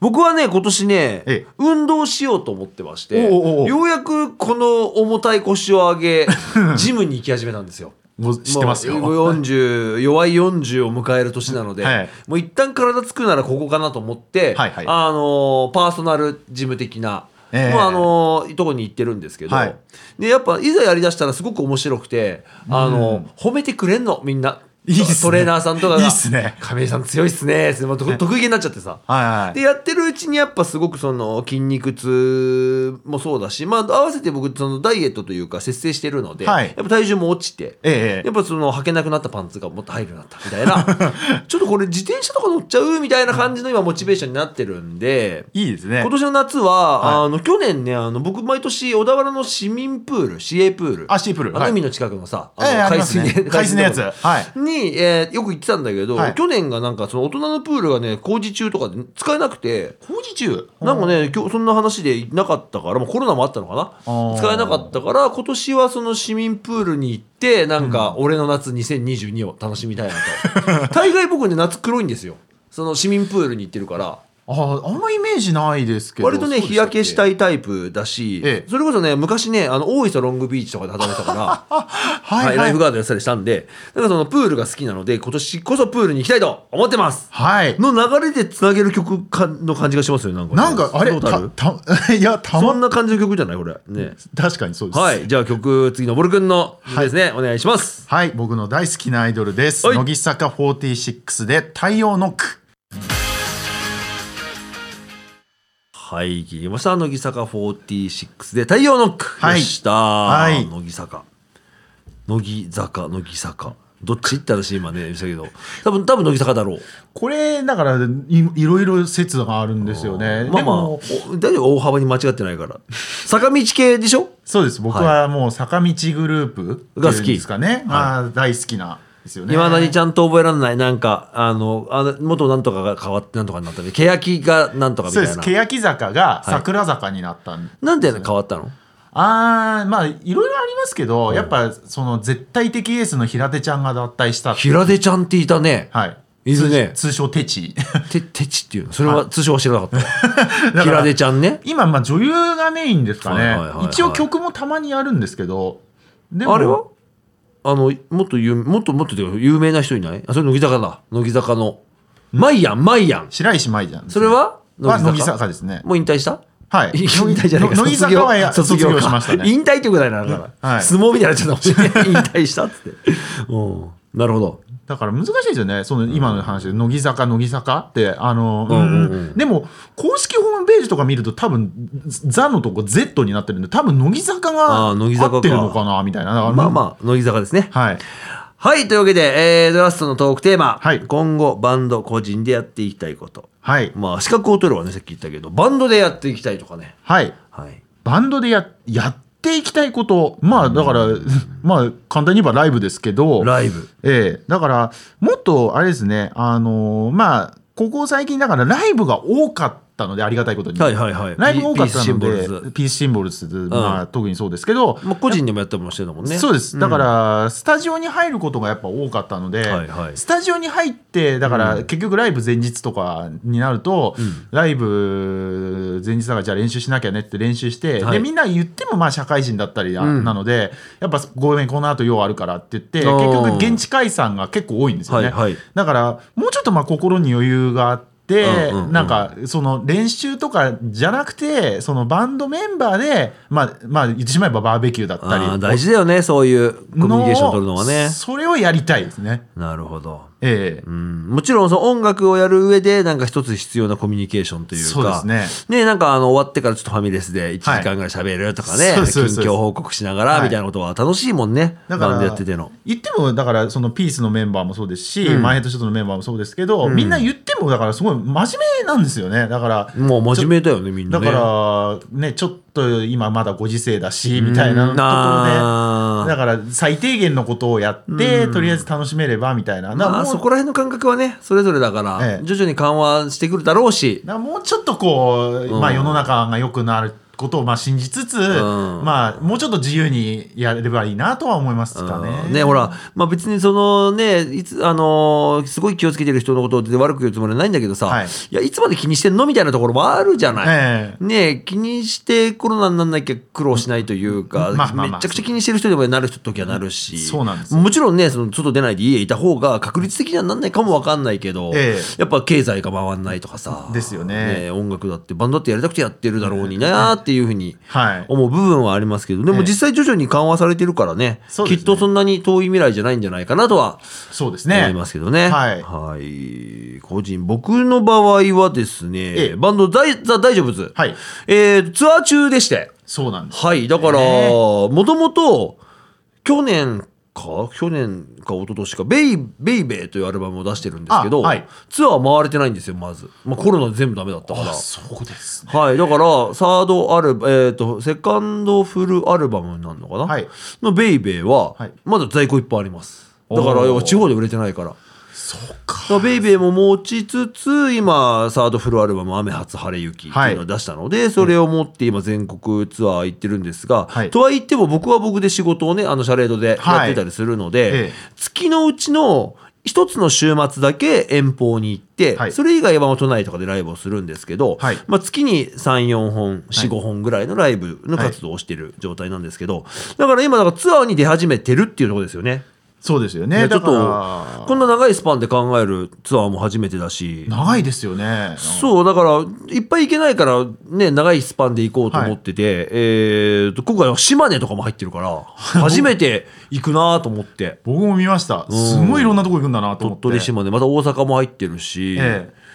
Speaker 1: 僕はね今年ね
Speaker 2: ええ
Speaker 1: 運動しようと思ってまして
Speaker 2: おうおうおう
Speaker 1: ようやくこの重たい腰を上 げジムに行き始めたんですよ。
Speaker 2: もう知ってますよ。
Speaker 1: もう40弱い40を迎える年なので、
Speaker 2: はい
Speaker 1: もう一旦体つくならここかなと思って、
Speaker 2: はいはい
Speaker 1: あのーパーソナルジム的な、
Speaker 2: ええ
Speaker 1: もうあのーとこに行ってるんですけど、
Speaker 2: はい
Speaker 1: でやっぱいざやりだしたらすごく面白くて、あのー褒めてくれんのみんな。
Speaker 2: いいっすね
Speaker 1: トレーナーさんとかが
Speaker 2: いいっすね
Speaker 1: 亀井さん強いっすね」ってもう得得意げになっちゃってさ。
Speaker 2: はいはいはい。
Speaker 1: でやってるうちにやっぱすごくその筋肉痛もそうだし、まあ、合わせて僕そのダイエットというか節制してるので、
Speaker 2: はい
Speaker 1: やっぱ体重も落ちて、
Speaker 2: ええ
Speaker 1: やっぱその履けなくなったパンツがもっと入るようになった みたいなちょっとこれ自転車とか乗っちゃうみたいな感じの今モチベーションになってるんで。
Speaker 2: いいですね
Speaker 1: 今。年の夏は、
Speaker 2: は
Speaker 1: あの去年ねあの僕毎年小田原の市民プール市営プール
Speaker 2: あシープル
Speaker 1: あの
Speaker 2: はい
Speaker 1: 海の近くのさ、
Speaker 2: ええ
Speaker 1: あ
Speaker 2: あ
Speaker 1: の海
Speaker 2: ります
Speaker 1: 水
Speaker 2: ね
Speaker 1: で、
Speaker 2: 海水のやつ
Speaker 1: とこ
Speaker 2: はい
Speaker 1: に、えーよく行ってたんだけど、
Speaker 2: はい
Speaker 1: 去年がなんかその大人のプールがね工事中とかで使えなくて
Speaker 2: 工事中
Speaker 1: なんかね今日そんな話でなかったから、まあ、コロナもあったのかな
Speaker 2: ー
Speaker 1: 使えなかったから今年はその市民プールに行ってなんか俺の夏2022を楽しみたいなと 大概僕ね夏黒いんですよその市民プールに行ってるから。
Speaker 2: ああんまイメージないですけど
Speaker 1: 割とね日焼けした
Speaker 2: い
Speaker 1: いタイプだし、
Speaker 2: ええ
Speaker 1: それこそね昔ねあの大磯ロングビーチとかで働いてたから
Speaker 2: は
Speaker 1: はいい、
Speaker 2: は
Speaker 1: ラ
Speaker 2: い
Speaker 1: イフガードやってたりしたんで、だからそのプールが好きなので、今年こそプールに行きたいと思ってます
Speaker 2: はい
Speaker 1: の流れでつなげる曲かの感じがしますよね、なんかね。
Speaker 2: なんかあ
Speaker 1: ど
Speaker 2: れ
Speaker 1: うだろう
Speaker 2: たた いやた
Speaker 1: そん
Speaker 2: ま
Speaker 1: な感じの曲じゃないこれ。ね。
Speaker 2: 確かにそうです
Speaker 1: はい、じゃあ曲、次のぼるくんのですね、お願いします。
Speaker 2: はい僕の大好きなアイドルです、
Speaker 1: はい
Speaker 2: 乃木坂46で太陽ノック
Speaker 1: はい、聞きました。乃木坂46で太陽ノック
Speaker 2: はい
Speaker 1: でした。
Speaker 2: い
Speaker 1: 乃木坂。乃木坂、乃木坂。どっちって私今ね、言いましたけど、多分、多分乃木坂だろう。
Speaker 2: これだからいいろいろ説があるんですよ
Speaker 1: まあ
Speaker 2: ねで
Speaker 1: まあ、
Speaker 2: も
Speaker 1: お大丈夫、大幅に間違ってないから。坂道系でしょ
Speaker 2: そうです僕はもう坂道グループ
Speaker 1: が好き
Speaker 2: っていうんですかね、まあ大好きなんですよね
Speaker 1: いまだにちゃんと覚えられない、なんか、あの、あの元なんとかが変わってなんとかになったみたいな、欅がなんとかみた
Speaker 2: そう
Speaker 1: い
Speaker 2: で
Speaker 1: な。
Speaker 2: す欅坂が桜坂になったん
Speaker 1: なんで変わったの
Speaker 2: あーまあいろいろありますけど、やっぱその絶対的エースの平手ちゃんが脱退した
Speaker 1: 平手ちゃんっていたね。
Speaker 2: はい
Speaker 1: いるね
Speaker 2: 通通称テチ
Speaker 1: て、てちっていうの。それは通称は知らなかっ た。
Speaker 2: ら
Speaker 1: 平手ちゃんね。
Speaker 2: 今まあ女優がメインですかね、
Speaker 1: はいはいはいはい
Speaker 2: 一応曲もたまにやるんですけどでも
Speaker 1: あれはあの、もっと有、もっともっとというか有名な人いないあ、それ乃木坂だ。乃木坂の。マイアン、マイアン。
Speaker 2: 白石麻衣じゃん
Speaker 1: それは
Speaker 2: は乃木坂ですね
Speaker 1: もう引退した
Speaker 2: はい
Speaker 1: 引退 じゃないか
Speaker 2: 乃木坂は卒業
Speaker 1: か
Speaker 2: しましたね
Speaker 1: 引退っていうぐらいなのか
Speaker 2: は
Speaker 1: ら
Speaker 2: い
Speaker 1: 相撲みたいになっちゃったもしれない引退したっつってうんなるほど
Speaker 2: だから難しいですよねその今の話で乃木坂乃木坂ってあの、
Speaker 1: うんうんうん
Speaker 2: でも公式ホームページとか見ると多分「ザ」のとこ「Z」になってるんで多分乃木坂が
Speaker 1: あー乃木坂か
Speaker 2: 合ってるのかなみたいなだから
Speaker 1: まあまあ乃木坂ですね
Speaker 2: はい
Speaker 1: はいというわけでえーラストのトークテーマ
Speaker 2: はい
Speaker 1: 今後バンド個人でやっていきたいこと
Speaker 2: はい
Speaker 1: まあ資格を取るはねさっき言ったけどバンドでやっていきたいとかね
Speaker 2: はい
Speaker 1: はい
Speaker 2: バンドでややっていきたいことまあだから、 まあ簡単に言えばライブですけど
Speaker 1: ライブ
Speaker 2: ええだからもっとあれですねあのまあここ最近だからライブが多かったのでありがたいことに、
Speaker 1: はいはいはい
Speaker 2: ライブ多かった
Speaker 1: ピースシ
Speaker 2: の
Speaker 1: ンボル
Speaker 2: で
Speaker 1: ズ
Speaker 2: ピースシンボルズ、まあ、特にそうですけど、
Speaker 1: まあ個人でもやったりもしてるもんね
Speaker 2: そうですだ
Speaker 1: ん
Speaker 2: から、スタジオに入ることがやっぱ多かったので、
Speaker 1: はいはい
Speaker 2: スタジオに入ってだから結局ライブ前日とかになると、ライブ前日だからじゃあ練習しなきゃねって練習して、
Speaker 1: はい
Speaker 2: でみんな言ってもまあ社会人だったりな,、
Speaker 1: うん
Speaker 2: のでやっぱごめんこの後用あるからって言って結
Speaker 1: あー
Speaker 2: 局現地解散が結構多いんですよね、
Speaker 1: はいはい
Speaker 2: だからもうちょっとまあ心に余裕があって。
Speaker 1: うんうんうん
Speaker 2: なんかその練習とかじゃなくてそのバンドメンバーで、まあ、まあ言ってしまえばバーベキューだったり
Speaker 1: あー大事だよねそういうコミュニケーションを取るのはね
Speaker 2: それをやりたいですね。
Speaker 1: なるほど
Speaker 2: ええ
Speaker 1: うんもちろんその音楽をやる上でなんか一つ必要なコミュニケーションというか
Speaker 2: そうですね
Speaker 1: なんかあの終わってからちょっとファミレスで1時
Speaker 2: はい
Speaker 1: 間ぐらい喋るとかね、
Speaker 2: そうですそうです
Speaker 1: 近況報告しながら
Speaker 2: はい
Speaker 1: みたいなことは楽しいもんね、
Speaker 2: だか
Speaker 1: バン
Speaker 2: ら
Speaker 1: ドやってての。
Speaker 2: 言ってもだからそのピースのメンバーもそうですし、マイヘッドショットのメンバーもそうですけど、みんな言ってもだからすごい真面目なんですよねだから
Speaker 1: もう真面目だよねみんな
Speaker 2: だ
Speaker 1: ね。
Speaker 2: からねちょっと今まだご時世だしみたいなところで。
Speaker 1: あー
Speaker 2: だから最低限のことをやってとりあえず楽しめればみたいなだから
Speaker 1: まあ
Speaker 2: もう
Speaker 1: そこら辺の感覚はねそれぞれだから、
Speaker 2: ええ
Speaker 1: 徐々に緩和してくるだろうし
Speaker 2: だからもうちょっとこう、まあ、世の中が良くなることをまあ信じつつ、
Speaker 1: ん
Speaker 2: まあもうちょっと自由にやれればいいなとは思いますかね。
Speaker 1: ね、ほら、まあ、別にそのね、いつ、あのーすごい気をつけてる人のことで悪く言うつもりはないんだけどさ、
Speaker 2: はいい、
Speaker 1: や、いつまで気にしてんのみたいなところもあるじゃない。
Speaker 2: ええ
Speaker 1: ねえ気にしてコロナにならなきゃ苦労しないというか、
Speaker 2: まあまあまあ
Speaker 1: めちゃくちゃ気にしてる人でもなる人時はなるし、
Speaker 2: そうなんですよ
Speaker 1: もちろんね、その外出ないで家いた方が確率的にはなんないかもわかんないけど、
Speaker 2: ええ
Speaker 1: やっぱ経済が回んないとかさ、
Speaker 2: ですよね
Speaker 1: え音楽だってバンドだってやりたくてやってるだろうになーっていうふうに
Speaker 2: はい
Speaker 1: 思う部分はありますけど、でも
Speaker 2: ええ
Speaker 1: 実際徐々に緩和されてるからね、
Speaker 2: そう
Speaker 1: き
Speaker 2: ですね
Speaker 1: っとそんなに遠い未来じゃないんじゃないかなとは
Speaker 2: そうです
Speaker 1: 思
Speaker 2: ね
Speaker 1: いますけどね。
Speaker 2: はい
Speaker 1: はい個人、僕の場合はですね、
Speaker 2: ええ
Speaker 1: バンドザ・ザ大丈夫ズ、
Speaker 2: はい
Speaker 1: えーツアー中でして、
Speaker 2: そうなんです。
Speaker 1: はい、だから、
Speaker 2: え
Speaker 1: もともと、去年か、去年か一昨年か、ベイ、ベイベーというアルバムを出してるんですけど、
Speaker 2: あはい
Speaker 1: ツアー回れてないんですよ、まず。まあ、コロナで全部ダメだったから
Speaker 2: あ。そうですね。
Speaker 1: はい、だからサードアルバえっ、とセカンドフルアルバムになるのかな、
Speaker 2: はい
Speaker 1: の「ベイベーは
Speaker 2: はい
Speaker 1: まだ在庫いっぱいありますだから
Speaker 2: おー
Speaker 1: 要は地方で売れてないからだか
Speaker 2: そうか。
Speaker 1: らベイベーも持ちつつ今サードフルアルバム「雨初晴れ雪」っていうのを出したので、それを持って今全国ツアー行ってるんですが、
Speaker 2: はい
Speaker 1: とは言っても僕は僕で仕事をねあのシャレードでやってたりするので、
Speaker 2: はいええ
Speaker 1: 月のうちの一つの週末だけ遠方に行って、
Speaker 2: はい
Speaker 1: それ以外はまあ都内とかでライブをするんですけど、
Speaker 2: はい
Speaker 1: まあ、月に34本45本ぐらいのライブの活動をしている状態なんですけど、だから今だからツアーに出始めてるっていうところですよね。
Speaker 2: そうですよ
Speaker 1: い
Speaker 2: ね。
Speaker 1: やちょ
Speaker 2: だ
Speaker 1: っ
Speaker 2: か
Speaker 1: と
Speaker 2: ら
Speaker 1: こんな長いスパンで考えるツアーも初めてだし。
Speaker 2: 長いですよね。
Speaker 1: そうだからいっぱい行けないからね長いスパンで行こうと思ってて、えーと今回は島根とかも入ってる から初めて行くなと思って
Speaker 2: 僕も見ました。すごいいろんなとこ行くんだなと思
Speaker 1: 鳥
Speaker 2: って。
Speaker 1: 取島根また大阪も入ってるし、
Speaker 2: ええ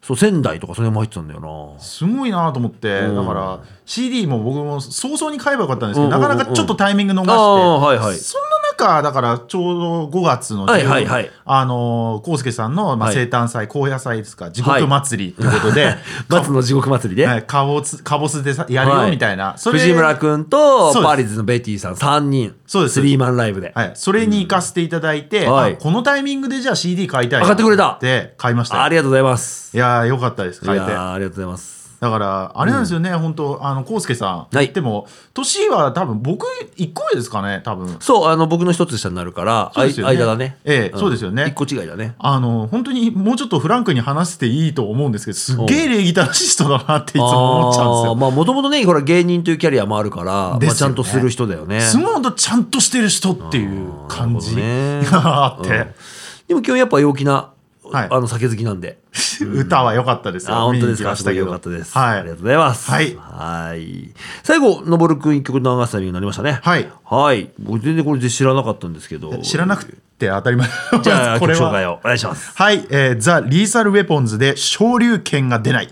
Speaker 1: そう仙台とかそれも入ってたんだよ な
Speaker 2: すごいなと思って、
Speaker 1: うん
Speaker 2: だから CD も僕も早々に買えばよかったんですけど、
Speaker 1: うんうんうんうん
Speaker 2: なかなかちょっとタイミング逃して、
Speaker 1: ああはいはい
Speaker 2: そんな中だからちょうど5月の
Speaker 1: はいはいはい
Speaker 2: あのー、康介さんの、まあ、
Speaker 1: はい
Speaker 2: 生誕祭、高野祭ですか地獄祭りということで、
Speaker 1: 松の地獄祭りで、
Speaker 2: はいカボスカボスでさやるよみたい
Speaker 1: は
Speaker 2: な、
Speaker 1: 藤村君とパーリーズのベティさん3人
Speaker 2: そうです
Speaker 1: スリーマンライブで、
Speaker 2: はい、それに行かせていただいて、
Speaker 1: うんはい
Speaker 2: あこのタイミングでじゃあ CD 買いたい
Speaker 1: あ買ってくれた
Speaker 2: で買いましたよ
Speaker 1: ありがとうございます
Speaker 2: いやーよかったです
Speaker 1: い
Speaker 2: 買え
Speaker 1: や
Speaker 2: て
Speaker 1: ーありがとうございます
Speaker 2: だからあれなんですよね、本当あの康介さん、
Speaker 1: はい
Speaker 2: でも年は多分僕1個上ですかね多分
Speaker 1: そうあの僕の一つ下になるから、
Speaker 2: そう
Speaker 1: あ
Speaker 2: で
Speaker 1: い
Speaker 2: すよね
Speaker 1: 間だね
Speaker 2: ええそうですよね
Speaker 1: 一個違いだね
Speaker 2: あの本当にもうちょっとフランクに話していいと思うんですけどすっげえ礼儀正しい人だなっていつも思っちゃうんです
Speaker 1: あー
Speaker 2: よ。
Speaker 1: まあもともとねほら芸人というキャリアもあるから、
Speaker 2: です
Speaker 1: ま
Speaker 2: よね
Speaker 1: あ、ちゃんとする人だよね
Speaker 2: すごい本当ちゃんとしてる人っていう感じ
Speaker 1: なるほどね
Speaker 2: があって、
Speaker 1: でも今日やっぱ陽気な、
Speaker 2: はい
Speaker 1: あの酒好きなんで
Speaker 2: 歌は良かったですよ。
Speaker 1: あ本当ですか
Speaker 2: 見に行きまし
Speaker 1: す
Speaker 2: た
Speaker 1: ごい
Speaker 2: けど
Speaker 1: 良かったです、あ
Speaker 2: は
Speaker 1: りがとう
Speaker 2: い。
Speaker 1: ございます
Speaker 2: はい
Speaker 1: はい最後のぼるくん一曲流すタイミングになりましたね
Speaker 2: はい
Speaker 1: はい僕全然これで知らなかったんですけど
Speaker 2: 知らなくて当たり前
Speaker 1: じゃあ
Speaker 2: こ
Speaker 1: 曲
Speaker 2: れ
Speaker 1: 紹介
Speaker 2: は。
Speaker 1: をお願いします
Speaker 2: はい、えーザ・リーサル・ウェポンズで昇竜拳が出ない。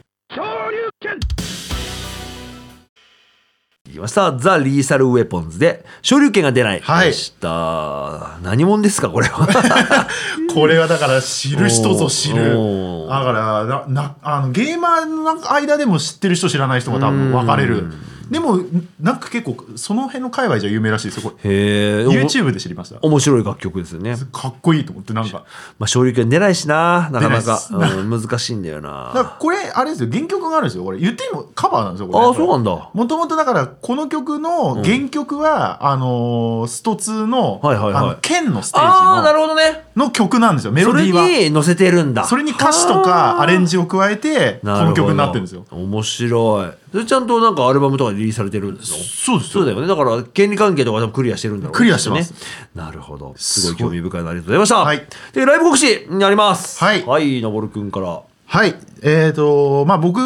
Speaker 1: いきました。ザ・リーサル・ウェポンズで、昇竜拳が出ない。
Speaker 2: はい
Speaker 1: でした。何者ですか、これは。
Speaker 2: これはだから知る人ぞ知る
Speaker 1: おー
Speaker 2: だからななあのゲーマーの間でも知ってる人知らない人が多分分かれるでもなんか結構その辺の界隈じゃ有名らしいですよこれ
Speaker 1: へえ。
Speaker 2: YouTube で知りました
Speaker 1: おも面白い楽曲ですよね。
Speaker 2: かっこいいと思ってなんか
Speaker 1: まあ、昇竜拳出ないしな、なかなか。
Speaker 2: 出ないっす
Speaker 1: うん難しいんだ よ
Speaker 2: だか
Speaker 1: な。
Speaker 2: らこれあれですよ原曲があるんですよこれ言ってもカバーなんですよこれ
Speaker 1: ああ、そうなんだ。
Speaker 2: もともとだからこの曲の原曲は、あのースト2の,、
Speaker 1: はいはいはい
Speaker 2: あの剣のステ
Speaker 1: ああ、
Speaker 2: ー
Speaker 1: な
Speaker 2: ジ
Speaker 1: るほどね。
Speaker 2: のの曲なんですよメ
Speaker 1: そ
Speaker 2: ロディ
Speaker 1: れ
Speaker 2: ーは
Speaker 1: に載せてるんだ。
Speaker 2: それに歌詞とかアレン
Speaker 1: ジ。
Speaker 2: ジを加えてこ
Speaker 1: なる
Speaker 2: の
Speaker 1: ほど
Speaker 2: 曲になってるんですよ
Speaker 1: 面白い。それちゃんとなんかアルバムとかでリリースされてるんですよ。
Speaker 2: そうです
Speaker 1: そうだよね。だから、権利関係とか多分クリアしてるんだろうね
Speaker 2: クリアしてます
Speaker 1: きっとね。なるほど。すご
Speaker 2: すご
Speaker 1: い
Speaker 2: い
Speaker 1: 興味深いのありがとうございま
Speaker 2: は
Speaker 1: し
Speaker 2: い
Speaker 1: た。で、ライブ告知になります。
Speaker 2: はい
Speaker 1: はい、のぼるくんから。
Speaker 2: はい。えっ、と、まあ僕、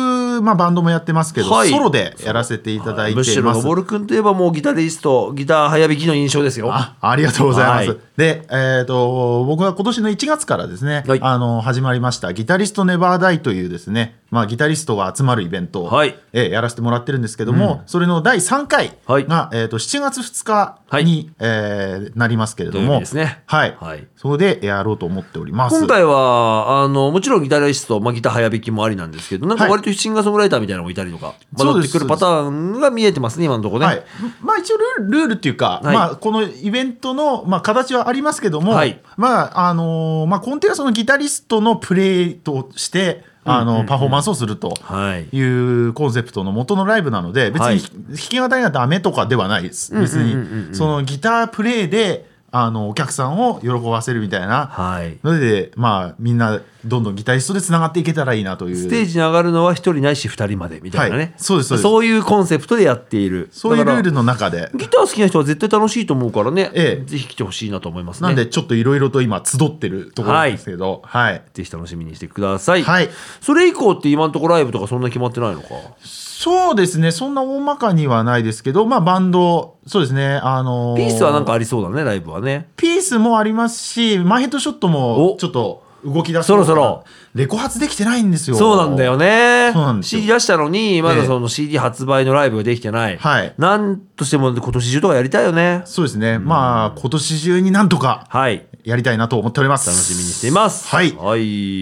Speaker 2: まあバンドもやってますけど、
Speaker 1: はい
Speaker 2: ソロでやらせていただいて
Speaker 1: む
Speaker 2: ます。
Speaker 1: しろのぼるくんといえばもうギタリスト、ギター早弾きの印象ですよ。
Speaker 2: あありがとうございます。
Speaker 1: はい
Speaker 2: で、えっ、と、僕は今年の1月からですね、
Speaker 1: はい
Speaker 2: あの、始まりました、ギタリストネバーダイというですね、まあ、ギタリストが集まるイベントを、
Speaker 1: はい
Speaker 2: えーやらせてもらってるんですけども、それの第3回が、
Speaker 1: はい
Speaker 2: えっ、と、7月2日に、
Speaker 1: はい
Speaker 2: えーなりますけれ
Speaker 1: 土
Speaker 2: ど
Speaker 1: 曜日
Speaker 2: も、
Speaker 1: ですね。
Speaker 2: はい。
Speaker 1: はい
Speaker 2: そこでやろうと思っております。
Speaker 1: 今回は、あの、もちろんギタリスト、まあ、ギター早弾きもありなんですけど、なんか割とシンガーソングライターみたいなのもいたりとか、まあ、
Speaker 2: そ
Speaker 1: 乗
Speaker 2: う
Speaker 1: っ
Speaker 2: で
Speaker 1: て
Speaker 2: す
Speaker 1: くるパターンが見えてますね、今のところね。
Speaker 2: はい、まあ一応ルールルールっていうか、
Speaker 1: はい
Speaker 2: まあ、このイベントの、まあ、形はありますけども、
Speaker 1: はい
Speaker 2: まああのーまあ、根底はそのギタリストのプレイとしてあのパフォーマンスをすると
Speaker 1: はい
Speaker 2: いうコンセプトの元のライブなので別
Speaker 1: はい
Speaker 2: に弾き語りがダメとかではないです別にそのギタープレイであのお客さんを喜ばせるみたいな
Speaker 1: はい
Speaker 2: のでまあみんなどんどんギタリストでつながっていけたらいいなという
Speaker 1: ステージに上がるのは一人ないし二人までみたいなね、
Speaker 2: はいそうですそうです
Speaker 1: いうコンセプトでやっている
Speaker 2: そういうル
Speaker 1: だ
Speaker 2: ー
Speaker 1: から
Speaker 2: ルの中で
Speaker 1: ギター好きな人は絶対楽しいと思うからね、
Speaker 2: ええ
Speaker 1: ぜひ来てほしいなと思いますね
Speaker 2: なんでちょっといろいろと今集ってるところなんですけどはい
Speaker 1: ぜひ楽しみにしてください、
Speaker 2: はい
Speaker 1: それ以降って今のところライブとかそんな決まってないのか
Speaker 2: そうですねそんな大まかにはないですけどまあバンドそうですねあの
Speaker 1: ピースはなんかありそうだねライブはね
Speaker 2: ピースもありますしマーヘッドショットも
Speaker 1: お
Speaker 2: ちょっと動き出す
Speaker 1: そろそろ
Speaker 2: レコ発できてないんですよ
Speaker 1: そうなんだよね
Speaker 2: そうなんですよ
Speaker 1: CD 出したのにまだその CD 発売のライブができてない、
Speaker 2: はい
Speaker 1: なんとしても今年中とかやりたいよね
Speaker 2: そうですねまあ今年中になんとか
Speaker 1: はい
Speaker 2: やりたいなと思っております
Speaker 1: 楽しみにしています。
Speaker 2: はい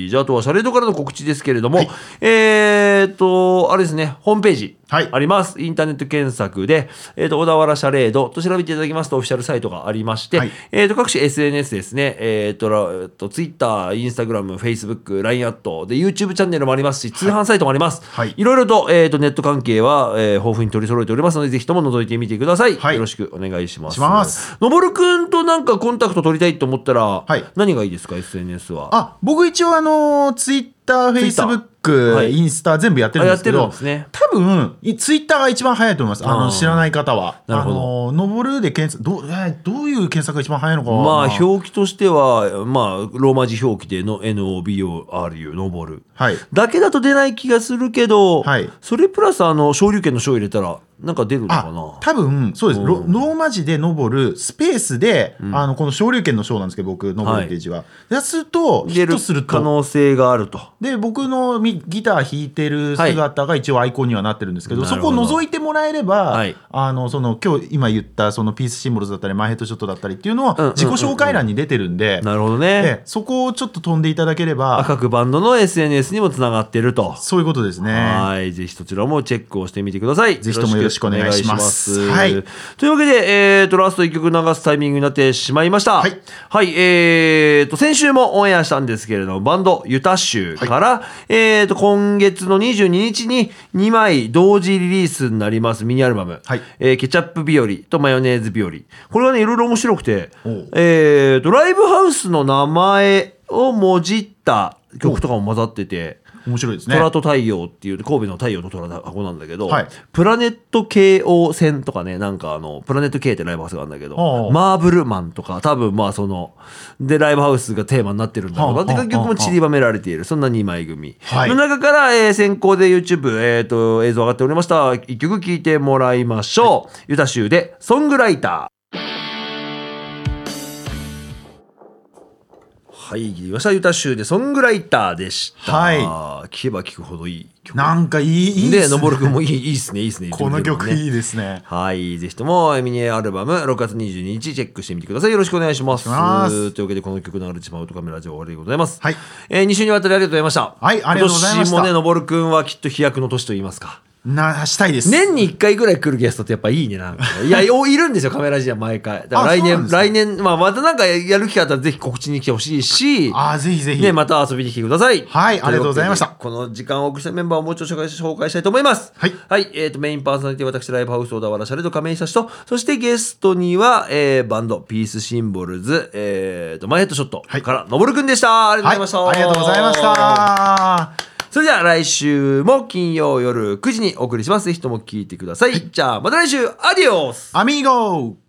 Speaker 1: じゃあ、あとはシャレードからの告知ですけれども、
Speaker 2: はい
Speaker 1: えーっと、あれですね、ホームページ。
Speaker 2: はい
Speaker 1: あります。インターネット検索で、えーっと、小田原シャレードと調べていただきますと、オフィシャルサイトがありまして、
Speaker 2: はい
Speaker 1: えーっと、各種 SNS ですね、えーっとらえーっと、Twitter、Instagram、Facebook、LINE アット、で、YouTube チャンネルもありますし、通販サイトもあります。
Speaker 2: はい
Speaker 1: いろいろと、えーっと、ネット関係は、えー豊富に取り揃えておりますので、ぜひとも覗いてみてください。
Speaker 2: はい
Speaker 1: よろしくお願いします。
Speaker 2: します
Speaker 1: のぼるくんとなんかコンタクト取りたいと思ったら、
Speaker 2: はい
Speaker 1: 何がいいですか SNS は
Speaker 2: あ僕一応あのツイッターフェイスブッ
Speaker 1: Twitter
Speaker 2: ク
Speaker 1: はい
Speaker 2: インスタ全部やってるんですけ
Speaker 1: あやっ
Speaker 2: ど
Speaker 1: てるんですね
Speaker 2: 多分ツイッターが一番早いと思いますあ
Speaker 1: あー
Speaker 2: の知らない方は
Speaker 1: なるほど
Speaker 2: あの登るで検索どうえーどういう検索が一番早いのかな
Speaker 1: まあ表記としてはまあローマ字表記での NOBORU のぼる
Speaker 2: はい
Speaker 1: だけだと出ない気がするけど、
Speaker 2: はい
Speaker 1: それプラスあの昇竜拳の章入れたらなんか出るのかな
Speaker 2: あ多分そうです、ロ
Speaker 1: うん
Speaker 2: ローマ字で登るスペースで、あのこの昇竜拳の章なんですけど僕登るページは、でそうするとヒ
Speaker 1: 出
Speaker 2: ッ
Speaker 1: る
Speaker 2: トする
Speaker 1: 可
Speaker 2: と
Speaker 1: 能性があると
Speaker 2: で僕のみギター弾いてる姿が一応アイコンにはなってるんですけど、
Speaker 1: な
Speaker 2: そ
Speaker 1: る
Speaker 2: こ
Speaker 1: ほ
Speaker 2: を
Speaker 1: ど
Speaker 2: 覗いてもらえれば、
Speaker 1: はい
Speaker 2: あのその今日今言ったそのピースシンボルズだったりマイヘッドショットだったりっていう
Speaker 1: うんう
Speaker 2: の
Speaker 1: んうん
Speaker 2: は自己紹介欄に出てるんで、
Speaker 1: なるほど
Speaker 2: ええ
Speaker 1: ね
Speaker 2: そこをちょっと飛んでいただければ
Speaker 1: 各バンドの SNS にもつながってると
Speaker 2: そういうことですね。
Speaker 1: はい、ぜひそちらもチェックをしてみてください。
Speaker 2: ぜひともよろしくお願いします
Speaker 1: よろしくお願いしま
Speaker 2: は
Speaker 1: というわけで、えー、とラスト1曲流すタイミングになってしまいました。
Speaker 2: はい、
Speaker 1: えー、と先週もオンエアしたんですけれども、バンドユタ州から、えー、と今月の22日に2枚同時リリースになりますミニアルバム、
Speaker 2: はい
Speaker 1: えーケチャップ日和とマヨネーズ日和。これはねいろいろ面白くて
Speaker 2: おう、
Speaker 1: えー、とライブハウスの名前をもじった曲とかも混ざってて。
Speaker 2: 面白いですね。
Speaker 1: 虎と太陽っていう神戸の太陽と虎の箱なんだけど、
Speaker 2: はい
Speaker 1: プラネット慶応戦とかねなんかあのプラネット K ってライブハウスがあるんだけ
Speaker 2: おうお
Speaker 1: ど
Speaker 2: う
Speaker 1: マーブルマンとか多分まあそのでライブハウスがテーマになってるんだろうなって
Speaker 2: はあ
Speaker 1: 楽曲
Speaker 2: はあ
Speaker 1: も散りばめられているそんな2枚組、
Speaker 2: はい
Speaker 1: の中から、えー先行で YouTube、えー、と映像上がっておりました1曲聴いてもらいましょう、ユタ州で「ソングライター」はい、聞きました。ユタ州でソングライターでした。
Speaker 2: はい
Speaker 1: あー聞けば聞くほどいい曲
Speaker 2: なんかいいいいで
Speaker 1: ですの
Speaker 2: ね
Speaker 1: ぼるくんもいいいいっすねいいっすね
Speaker 2: この曲い
Speaker 1: い
Speaker 2: いですね。
Speaker 1: はいぜひともミニアルバム6月22日チェックしてみてくださいよろしくお願いします
Speaker 2: お願いします
Speaker 1: というわけでこの曲流れてしまうとカメラ上終わりでございます
Speaker 2: はい、
Speaker 1: えー、2週にわたりありがとうございました
Speaker 2: はいありがとうございました
Speaker 1: 今年もねのぼるくんはきっと飛躍の年と言いますか
Speaker 2: なしたいです。
Speaker 1: 年に1回ぐらい来るゲストってやっぱいいねなんかねいや おいるんですよカメラ時は毎回だから来
Speaker 2: あそう
Speaker 1: 年
Speaker 2: なんですか
Speaker 1: 来年、まあ、またなんかやる機会あったらぜひ告知に来てほしいし
Speaker 2: あーぜひぜひ。
Speaker 1: ね、また遊びに来てください。
Speaker 2: はいありがとうございました
Speaker 1: とうわけでこの時間をお送りしたメンバーをもうちょっと紹介し紹介したいと思います。
Speaker 2: はい
Speaker 1: えっ、と、メインパーソナリティ、私、ライブハウス小田原シャレと亀井久志と、そしてゲストには、えーバンド、ピースシンボルズ、えーと、マイヘッドショット
Speaker 2: はい
Speaker 1: から、のぼるくんでした。ありが
Speaker 2: は
Speaker 1: と
Speaker 2: いう
Speaker 1: ございました。
Speaker 2: ありがとうございまし。た。
Speaker 1: それでは来週も金曜夜9時にお送りします。ぜひとも聞いてください。じゃあ、また来週、アディオス
Speaker 2: アミーゴ